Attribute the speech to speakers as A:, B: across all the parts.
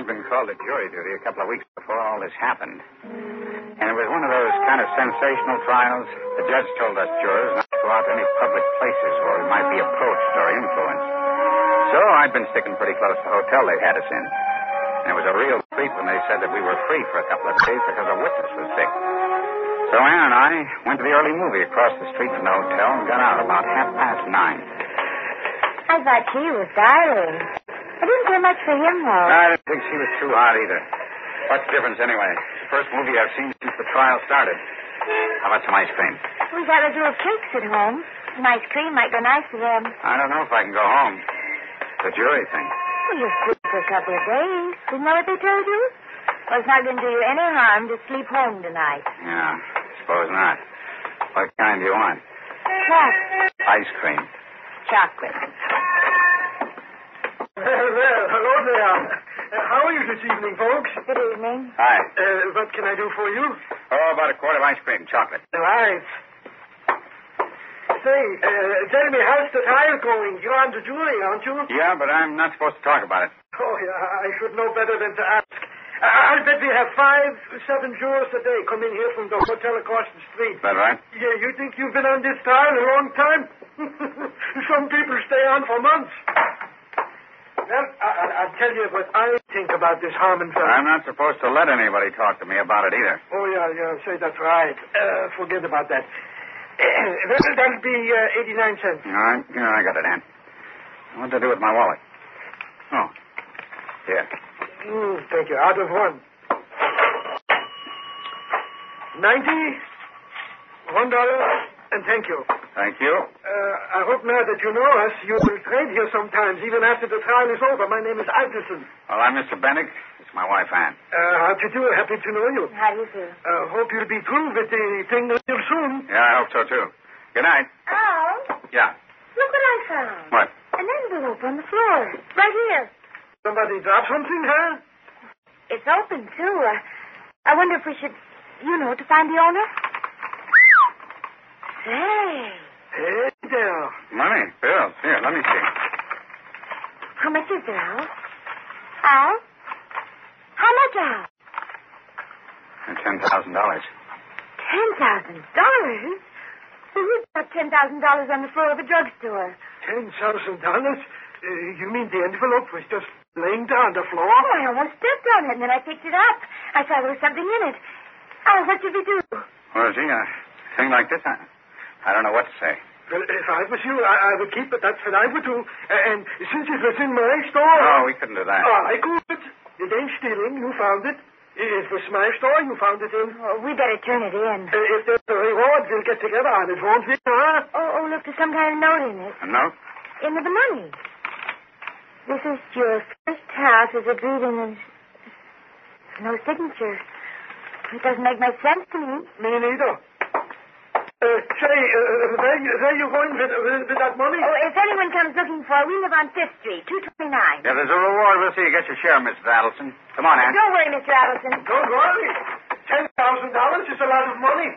A: I'd been called to jury duty a couple of weeks before all this happened. And it was one of those kind of sensational trials. The judge told us jurors not to go out to any public places where we might be approached or influenced. So I'd been sticking pretty close to the hotel they had us in. And it was a real treat when they said that we were free for a couple of days because a witness was sick. So Ann and I went to the early movie across the street from the hotel and got out about half past nine.
B: I thought he was darling. I didn't care much for him, though.
A: I didn't think she was too hot either. What's the difference anyway? It's the first movie I've seen since the trial started. How about some ice cream?
B: We got a little cakes at home. Some ice cream might go nice with them.
A: I don't know if I can go home. The jury thing.
B: Well, you sleep for a couple of days. Isn't that what they told you? Well, it's not going to do you any harm to sleep home tonight.
A: Yeah, suppose not. What kind do you want?
B: Chocolate.
A: Ice cream.
B: Chocolate.
C: Well, well, hello there. Uh, how are you this evening, folks?
B: Good evening.
A: Hi.
C: Uh, what can I do for you?
A: Oh, about a quart of ice cream, chocolate.
C: Right. Say, uh, tell me, how's the trial going? You're on the jury, aren't you?
A: Yeah, but I'm not supposed to talk about it.
C: Oh, yeah, I should know better than to ask. I- I'll bet we have five, seven jurors a day come in here from the hotel across the street.
A: Is that right?
C: Yeah, you think you've been on this trial a long time? Some people stay on for months. Well, I- I- I'll tell you what I think about this Harmon fellow.
A: I'm not supposed to let anybody talk to me about it either.
C: Oh, yeah, yeah, say that's right. Uh, forget about that. Well, That'll be uh, 89 cents.
A: All right, yeah, I got it, Ann. What'd I do with my wallet? Oh, here.
C: Mm, thank you. Out of one. 90, one dollar, and thank you.
A: Thank you.
C: Uh, I hope now that you know us, you will trade here sometimes, even after the trial is over. My name is Alderson.
A: Well, I'm Mr. Bennick. It's my wife, Ann.
C: Uh, how do you do? Happy to know you.
B: How do you do?
C: Uh, hope you'll be through with the thing real soon.
A: Yeah, I hope so, too. Good night.
B: Oh,
A: Yeah.
B: look what I found.
A: What?
B: An envelope on the floor. Right here.
C: Somebody dropped something, huh?
B: It's open, too. Uh, I wonder if we should, you know, to find the owner. Say,
C: Hey there.
A: Money, bills. Here, let me see.
B: how much is it, Al? Al? How much, Al?
A: Ten thousand dollars.
B: Ten thousand dollars? Who would put ten thousand dollars on the floor of a drugstore?
C: Ten thousand dollars? Uh, You mean the envelope was just laying down on the floor?
B: Oh, I almost stepped on it, and then I picked it up. I saw there was something in it. Al, what did we do?
A: Well, gee, a thing like this, I, I don't know what to say.
C: Well, eh, if I was you, I, I would keep it. That's what I would do. A- And since it was in my store,
A: No, we couldn't do that.
C: Ah, I could. It ain't stealing. You found it. I- It was my store. You found it in.
B: Oh, we better turn it in.
C: Uh, If there's a reward, we'll get together on it, won't we? Huh?
B: Oh, oh, look, there's some kind of note in it.
A: A note?
B: In the money. This is your first house as agreed in and no signature. It doesn't make much sense to me.
C: Me neither. Uh, say, uh, where, you, where you going with, with, with that money?
B: Oh, if anyone comes looking for it, we live on Fifth Street, 229.
A: Yeah, there's a reward. We'll see you get your share, Mrs. Adelson. Come on, Ann.
B: Don't worry, Mr. Addison.
C: Don't worry. Ten thousand dollars is a lot of money.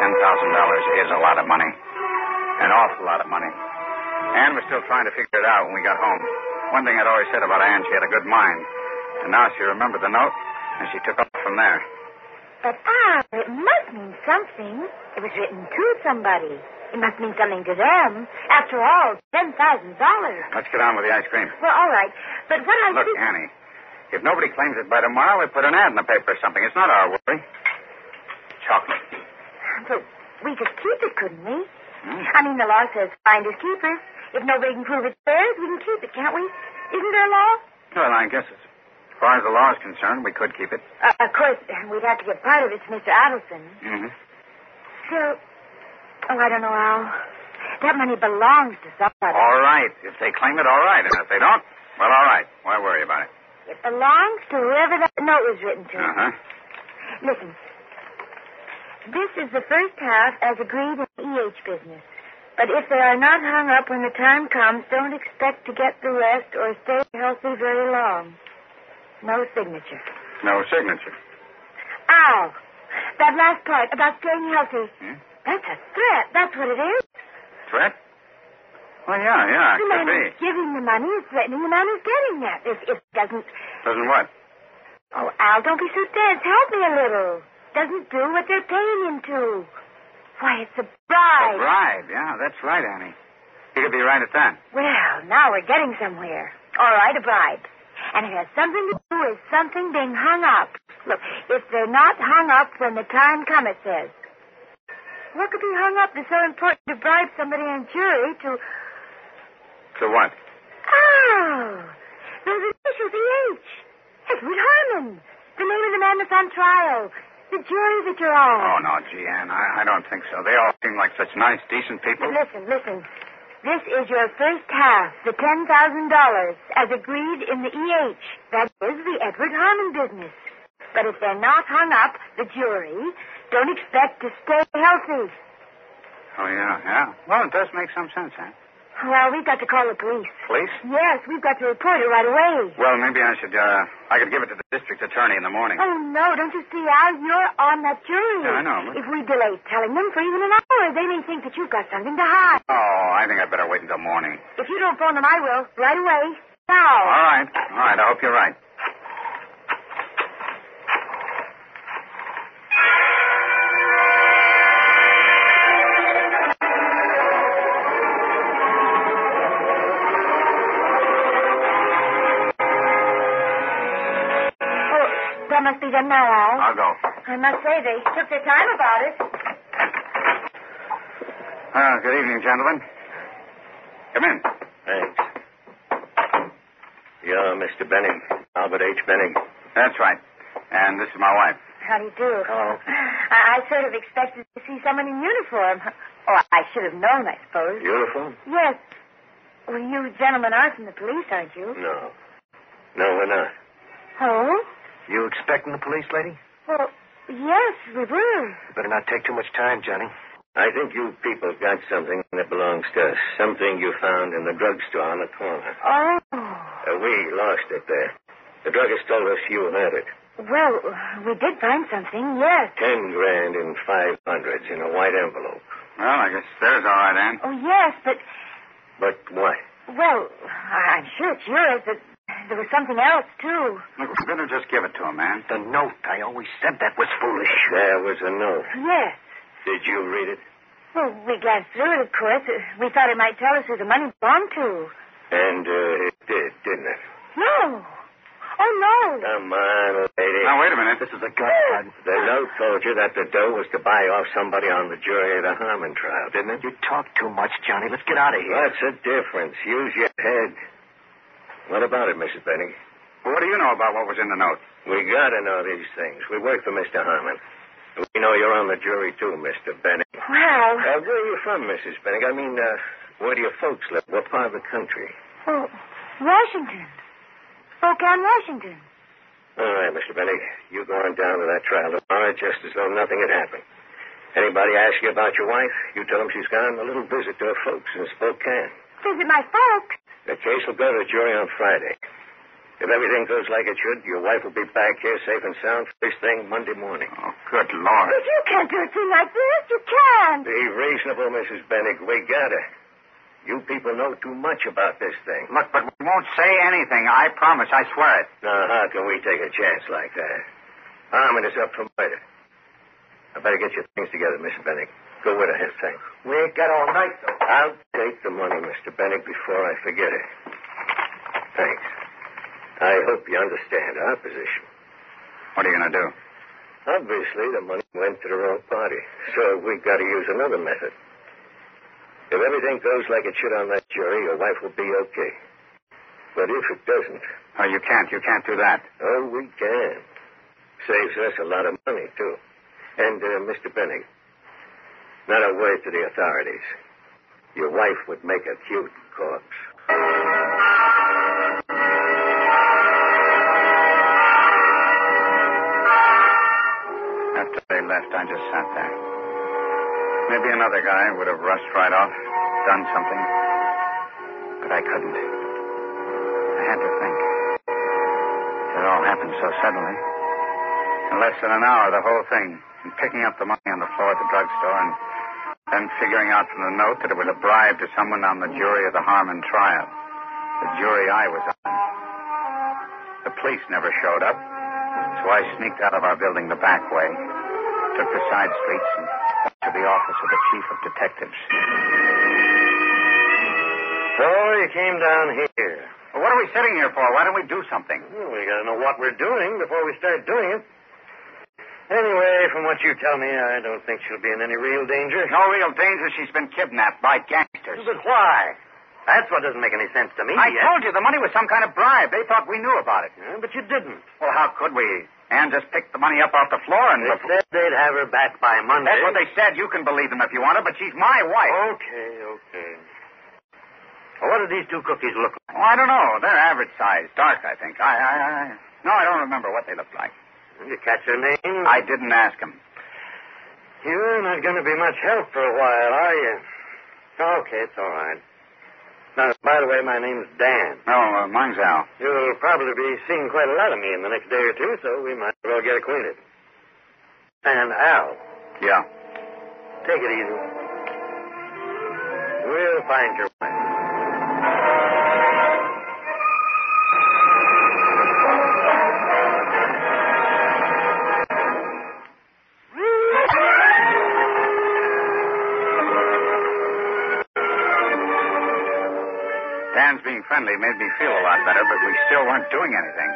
A: Ten thousand dollars is a lot of money. An awful lot of money. Ann was still trying to figure it out when we got home. One thing I'd always said about Ann, she had a good mind. And now she remembered the note, and she took off from there.
B: But, ah, it must mean something. It was written to somebody. It must mean something to them. After all, ten thousand dollars.
A: Let's get on with the ice cream.
B: Well, all right. But what I
A: Look,
B: think-
A: Annie, if nobody claims it by tomorrow, we put an ad in the paper or something. It's not our worry. Chocolate.
B: But we could keep it, couldn't we? I mean, the law says finders keepers. If nobody can prove it's theirs, we can keep it, can't we? Isn't there a law?
A: Well, I guess it's, as far as the law is concerned, we could keep it.
B: Uh, of course, we'd have to give part of it to Mr. Adelson.
A: Mm-hmm.
B: So, oh, I don't know how. That money belongs to somebody.
A: All right. If they claim it, all right. And if they don't, well, all right. Why worry about it?
B: It belongs to whoever that note was written to.
A: Uh-huh.
B: Listen, this is the first half as agreed in the EH business. But if they are not hung up when the time comes, don't expect to get the rest or stay healthy very long. No signature.
A: No signature.
B: Ow! That last part about staying healthy.
A: Hmm?
B: That's a threat. That's what it is.
A: Threat? Well, yeah, yeah, it
B: the man
A: could be.
B: who's giving the money is threatening the man who's getting it. If, if it doesn't.
A: Doesn't what?
B: Oh, Al, don't be so dense. Help me a little. Doesn't do what they're paying him to. Why, it's a
A: A
B: bribe.
A: bribe. Yeah, that's right, Annie. You could be right at that.
B: Well, now we're getting somewhere. All right, a bribe. And it has something to do with something being hung up. Look, if they're not hung up when the time comes, it says. What could be hung up that's so important to bribe somebody in jury to.
A: To what?
B: Oh! There's an issue, the H. Edward Harmon. The name of the man that's on trial. The jury that you're on.
A: Oh, no, gee, Ann, I, I don't think so. They all seem like such nice, decent people.
B: Listen, listen. This is your first half, the ten thousand dollars, as agreed in the EH. That is the Edward Harmon business. But if they're not hung up, the jury, don't expect to stay healthy.
A: Oh, yeah, yeah. Well, it does make some sense, Ann.
B: Well, we've got to call the police.
A: Police?
B: Yes, we've got to report it right away.
A: Well, maybe I should, uh, I could give it to the district attorney in the morning.
B: Oh no, don't you see, Al? You're on that jury.
A: Yeah, I know, but-
B: If we delay telling them for even an hour, they may think that you've got something to hide.
A: Oh, I think I'd better wait until morning.
B: If you don't phone them, I will. Right away.
A: All
B: Now.
A: right, all right, I hope you're right.
B: Oh, that must be done now, Al.
A: I'll go.
B: I must say they took their time about it.
A: Uh, good evening, gentlemen. Come in.
C: Thanks. You're Mr. Benning, Albert H. Benning.
A: That's right. And this is my wife.
B: How do you do?
C: Hello.
B: I, I sort of expected to see someone in uniform. Oh, I should have known, I suppose.
C: Uniform?
B: Yes. Well, you gentlemen are from the police, aren't you?
C: No. No, we're not.
B: Oh?
C: You expecting the police, lady?
B: Well, yes, we were.
C: Better not take too much time, Johnny. I think you people got something that belongs to us. Something you found in the drugstore on the corner.
B: Oh.
C: Uh, we lost it there. The druggist told us you had it.
B: Well, we did find something, yes.
C: Ten grand in five hundreds in a white envelope.
A: Well, I guess there's all right, Ann.
B: Oh, yes, but,
C: But what?
B: well, I- I'm sure it's yours, but there was something else, too.
A: Look, we better just give it to him, Ann.
C: The note. I always said that was foolish. There was a note.
B: Yes.
C: Did you read it?
B: Well, we glanced through it, of course. We thought it might tell us who the money belonged to.
C: And uh, it did, didn't it?
B: No. Oh, no.
C: Come on, lady.
A: Now, wait a minute. This is a gun.
C: The note told you that the dough was to buy off somebody on the jury of the Harmon trial, didn't it? You talk too much, Johnny. Let's get out of here. What's the difference? Use your head. What about it, Mrs. Benning?
A: What do you know about what was in the note?
C: We gotta know these things. We work for Mr. Harmon. We know you're on the jury too, Mr. Benning.
B: Well,
C: Uh, where are you from, Mrs. Benning? I mean, uh, where do your folks live? What part of the country?
B: well, oh, Washington. Spokane, Washington.
C: All right, Mr. Benning. You go on down to that trial tomorrow just as though nothing had happened. Anybody ask you about your wife, you tell them she's gone on a little visit to her folks in Spokane.
B: Visit my folks.
C: The case will go to the jury on Friday. If everything goes like it should, your wife will be back here safe and sound first thing Monday morning.
A: Oh, good Lord.
B: But you can't do a thing like this. You can't.
C: Be reasonable, Mrs. Bennick. We got her. You people know too much about this thing.
A: Look, but we won't say anything. I promise. I swear it.
C: Now, how can we take a chance like that? Harmon is up for murder. I better get your things together, Mrs. Bennick. Go with her, Hesse.
D: We ain't got all night, though.
C: I'll take the money, Mr. Bennett, before I forget it. Thanks. I hope you understand our position.
A: What are you going to do?
C: Obviously, the money went to the wrong party, so we've got to use another method. If everything goes like it should on that jury, your wife will be okay. But if it doesn't,
A: Oh, you can't. You can't do that.
C: oh, we can. Saves us a lot of money, too. And, uh, Mr. Benning, not a word to the authorities. Your wife would make a cute corpse.
A: After they left, I just sat there. Maybe another guy would have rushed right off, done something. But I couldn't. I had to think. It all happened so suddenly. In less than an hour, the whole thing. And picking up the money on the floor at the drugstore and then figuring out from the note that it was a bribe to someone on the jury of the Harmon trial. The jury I was on. The police never showed up, so I sneaked out of our building the back way, took the side streets, and went to the office of the chief of detectives.
C: So you came down here.
A: Well, what are we sitting here for? Why don't we do something?
C: Well, we gotta know what we're doing before we start doing it. Anyway, from what you tell me, I don't think she'll be in any real danger.
A: No real danger. She's been kidnapped by gangsters.
C: But why? That's what doesn't make any sense to me.
A: I told you the money was some kind of bribe. They thought we knew about it.
C: Yeah, but you didn't.
A: Well, how could we? Ann just picked the money up off the floor and.
C: They said they'd have her back by Monday.
A: That's what they said. You can believe them if you want to, but she's my wife.
C: Okay, okay. Well, Oh, what do these two cookies look like?
A: Oh, I don't know. They're average size, dark, I think. I, I, I, no, I don't remember what they looked like.
C: Did you catch their name?
A: I didn't ask him.
C: You're not going to be much help for a while, are you? Okay, it's all right. Now, by the way, my name's Dan.
A: No, uh, mine's Al.
C: You'll probably be seeing quite a lot of me in the next day or two, so we might as well get acquainted. And Al,
A: Yeah.
C: take it easy. We'll find your wife.
A: Dan's being friendly made me feel a lot better, but we still weren't doing anything.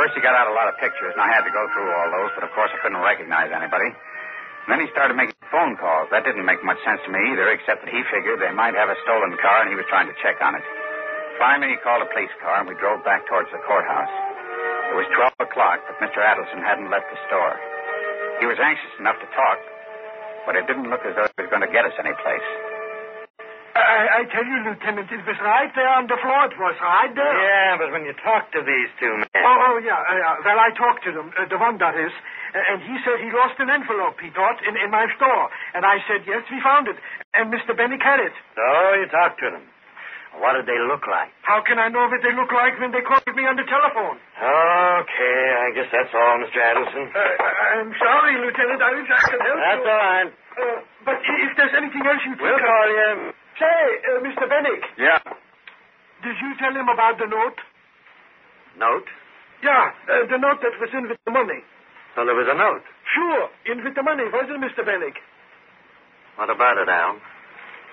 A: First, he got out a lot of pictures, and I had to go through all those, but of course I couldn't recognize anybody. And then he started making phone calls. That didn't make much sense to me either, except that he figured they might have a stolen car, and he was trying to check on it. Finally, he called a police car, and we drove back towards the courthouse. It was 12 o'clock, but Mr. Adelson hadn't left the store. He was anxious enough to talk, but it didn't look as though he was going to get us anyplace.
D: I, I tell you, Lieutenant, it was right there on the floor. It was right there.
C: Yeah, but when you talk to these two men.
D: Oh, oh, yeah. Uh, yeah. well, I talked to them, uh, the one that is, uh, and he said he lost an envelope, he thought, in, in my store. And I said, yes, we found it. And Mr. Bennick had it.
C: So oh, you talked to them. What did they look like?
D: How can I know what they look like when they called me on the telephone?
C: Okay, I guess that's all, Mr. Adelson.
D: Uh, I- I'm sorry, Lieutenant. I wish I could help
C: That's
D: you.
C: all right.
D: Uh, but i- if there's anything else you think
C: We'll
D: of-
C: call you.
D: Say, uh, Mr. Bennick,
A: Yeah.
D: did you tell him about the note?
C: Note?
D: Yeah, uh, the note that was in with the money.
C: So there was a note.
D: Sure, in with the money, wasn't it, Mr. Bennick?
C: What about it, Al?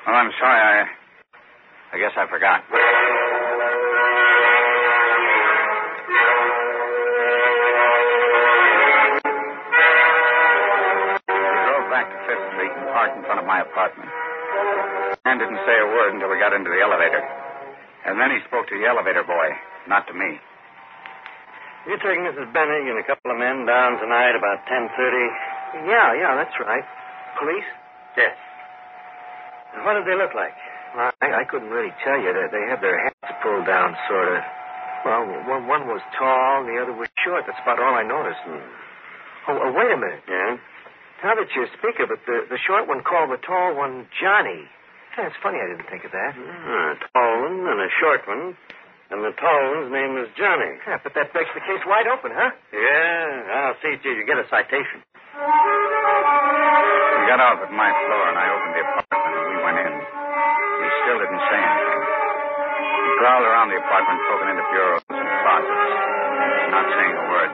A: Well, I'm sorry. I, I guess I forgot. We drove back to Fifth Street and parked in front of my apartment. Dan didn't say a word until we got into the elevator. And then he spoke to the elevator boy, not to me.
C: You take Mrs. Benning and a couple of men down tonight about 10.30. Yeah, yeah, that's right. Police? Yes. And what did they look like? I, I couldn't really tell you. They, they had their hats pulled down, sort of. Well, one, one was tall, the other was short. That's about all I noticed. Oh, uh, wait a minute. Yeah? Now that you speak of it, the, the short one called the tall one Johnny. Yeah, it's funny I didn't think of that. Hmm, a tall one and a short one. And the tall one's name was Johnny. Yeah, but that breaks the case wide open, huh? Yeah, I'll see to you get a citation.
A: We got off at my floor, and I opened the apartment, and we went in. He still didn't say anything. He prowled around the apartment, poking into bureaus and closets, not saying a word.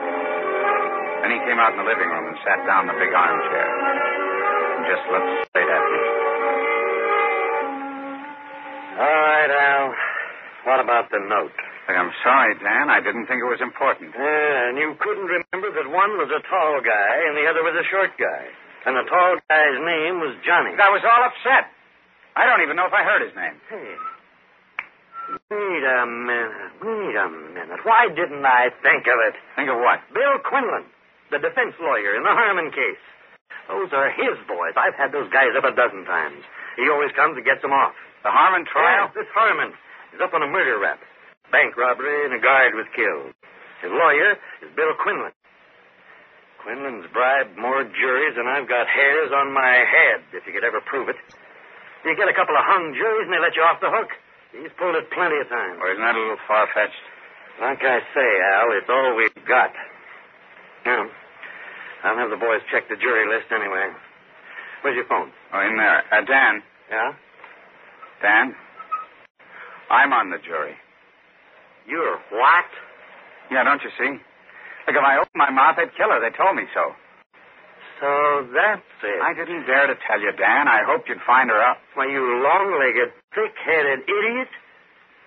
A: Then he came out in the living room and sat down in the big armchair and just looked straight at me.
C: the note.
A: Look, I'm sorry, Dan. I didn't think it was important.
C: Yeah, and you couldn't remember that one was a tall guy and the other was a short guy. And the tall guy's name was Johnny.
A: I was all upset. I don't even know if I heard his name.
C: Hey. Wait a minute. Wait a minute. Why didn't I think of it?
A: Think of what?
C: Bill Quinlan, the defense lawyer in the Harmon case. Those are his boys. I've had those guys up a dozen times. He always comes and gets them off.
A: The Harmon trial?
C: Yeah, this Harmon is up on a murder rap. Bank robbery and a guard was killed. His lawyer is Bill Quinlan. Quinlan's bribed more juries than I've got hairs on my head, if you could ever prove it. You get a couple of hung juries and they let you off the hook. He's pulled it plenty of times.
A: Or isn't that a little far fetched?
C: Like I say, Al, it's all we've got. Now, I'll have the boys check the jury list anyway. Where's your phone?
A: Oh, in there. Uh, Dan.
C: Yeah?
A: Dan? I'm on the jury.
C: You're what?
A: Yeah, don't you see? Look, if I opened my mouth, they'd kill her. They told me so.
C: So that's it.
A: I didn't dare to tell you, Dan. I hoped you'd find her out.
C: Why, you long-legged, thick-headed idiot.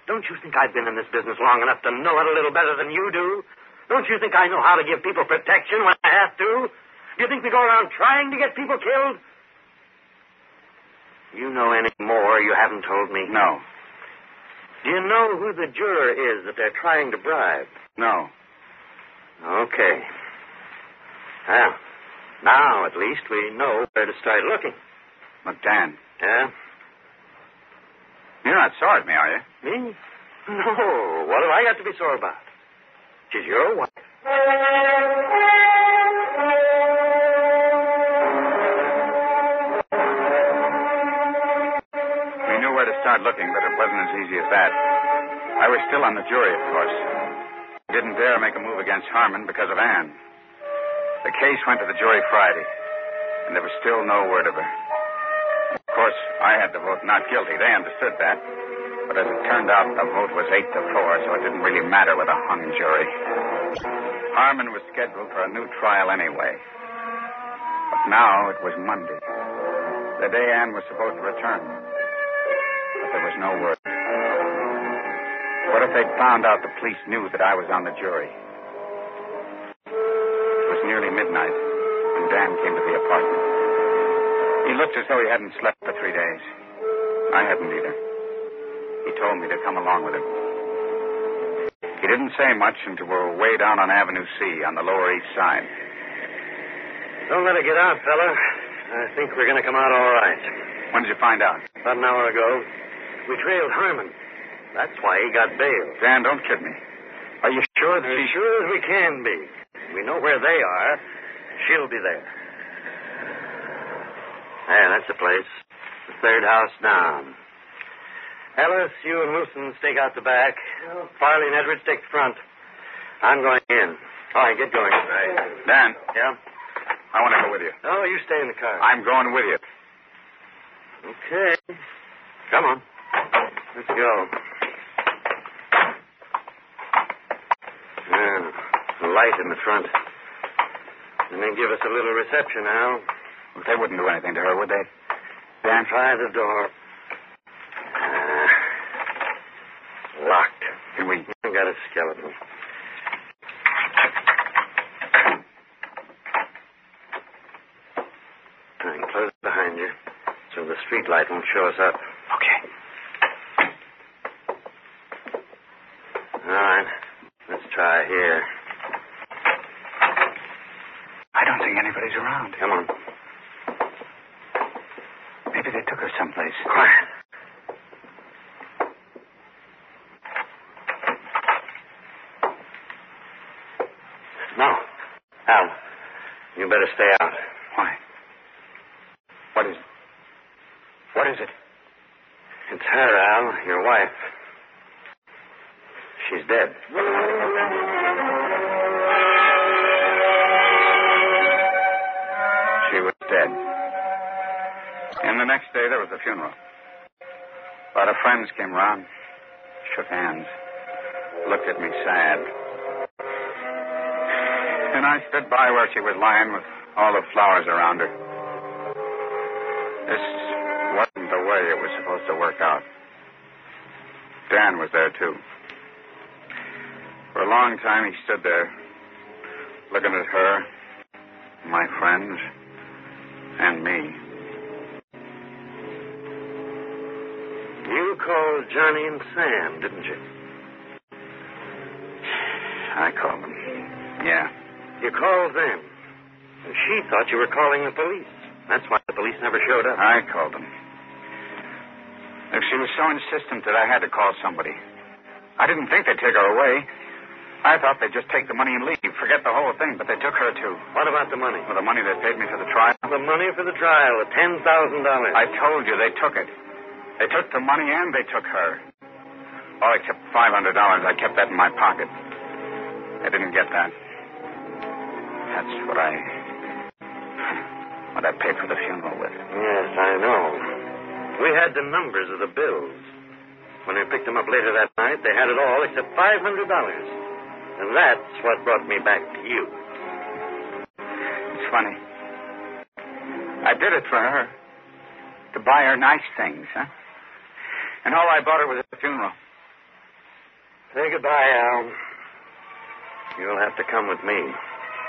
C: Don't you think I've been in this business long enough to know it a little better than you do? Don't you think I know how to give people protection when I have to? Do you think we go around trying to get people killed? You know any more you haven't told me?
A: No.
C: Do you know who the juror is that they're trying to bribe?
A: No.
C: Okay. Well, now at least we know where to start looking.
A: Look, Dan,
C: Yeah?
A: you're not sore at me, are you?
C: Me? No. What have I got to be sore about? She's your wife.
A: We knew where to start looking, but it wasn't as easy as that. I was still on the jury, of course. I didn't dare make a move against Harmon because of Anne. The case went to the jury Friday, and there was still no word of her. Of course, I had to vote not guilty. They understood that. But as it turned out, the vote was eight to four, so it didn't really matter with a hung jury. Harmon was scheduled for a new trial anyway. But now it was Monday, the day Anne was supposed to return. But there was no word. What if they'd found out the police knew that I was on the jury? It was nearly midnight when Dan came to the apartment. He looked as though he hadn't slept for three days. I hadn't either. He told me to come along with him. He didn't say much until we were way down on Avenue C on the Lower East Side.
C: Don't let her get out, fella. I think we're going to come out all right.
A: When did you find out?
C: About an hour ago, we trailed Harmon. That's why he got bail.
A: Dan, don't kid me. Are you sure that
C: As
A: she...
C: sure as we can be. We know where they are. She'll be there. Yeah, that's the place. The third house down. Ellis, you and Wilson stake out the back. Farley and Edwards take the front. I'm going in. All right, get going.
A: Dan,
C: Yeah?
A: I want to go with you.
C: Oh, you stay in the car.
A: I'm going with you.
C: Okay. Come on. Let's go. Yeah, a light in the front. And then give us a little reception, Al.
A: They wouldn't do anything to her, would they?
C: Then try the door. Ah, locked.
A: Can we?
C: I got a skeleton. All right, close it behind you so the street light won't show us up. Okay. All right. Let's try here.
A: I don't think anybody's around.
C: Come on.
A: Maybe they took her someplace.
C: Quiet. No. Al, you better stay out.
A: Why? What is it? What is it?
C: It's her, Al, your wife. She's dead.
A: She was dead. And the next day, there was the funeral. A lot of friends came round, shook hands, looked at me sad. And I stood by where she was lying with all the flowers around her. This wasn't the way it was supposed to work out. Dan was there, too. For a long time, he stood there, looking at her, my friends, and me.
C: You called Johnny and Sam, didn't you?
A: I called them. Yeah.
C: You called them. And She thought you were calling the police. That's why the police never showed up.
A: I called them. If she was so insistent that I had to call somebody, I didn't think they'd take her away. I thought they'd just take the money and leave, forget the whole thing, but they took her too.
C: What about the money?
A: With the money they paid me for the trial,
C: The money for the trial, the ten thousand dollars.
A: I told you they took it. They took the money and they took her. All except five hundred dollars. I kept that in my pocket. I didn't get that. That's what I what I paid for the funeral with.
C: Yes, I know. We had the numbers of the bills. When we picked them up later that night, they had it all except $500. And that's what brought me back to you.
A: It's funny. I did it for her. To buy her nice things, huh? And all I bought her was a funeral.
C: Say goodbye, Al. You'll have to come with me.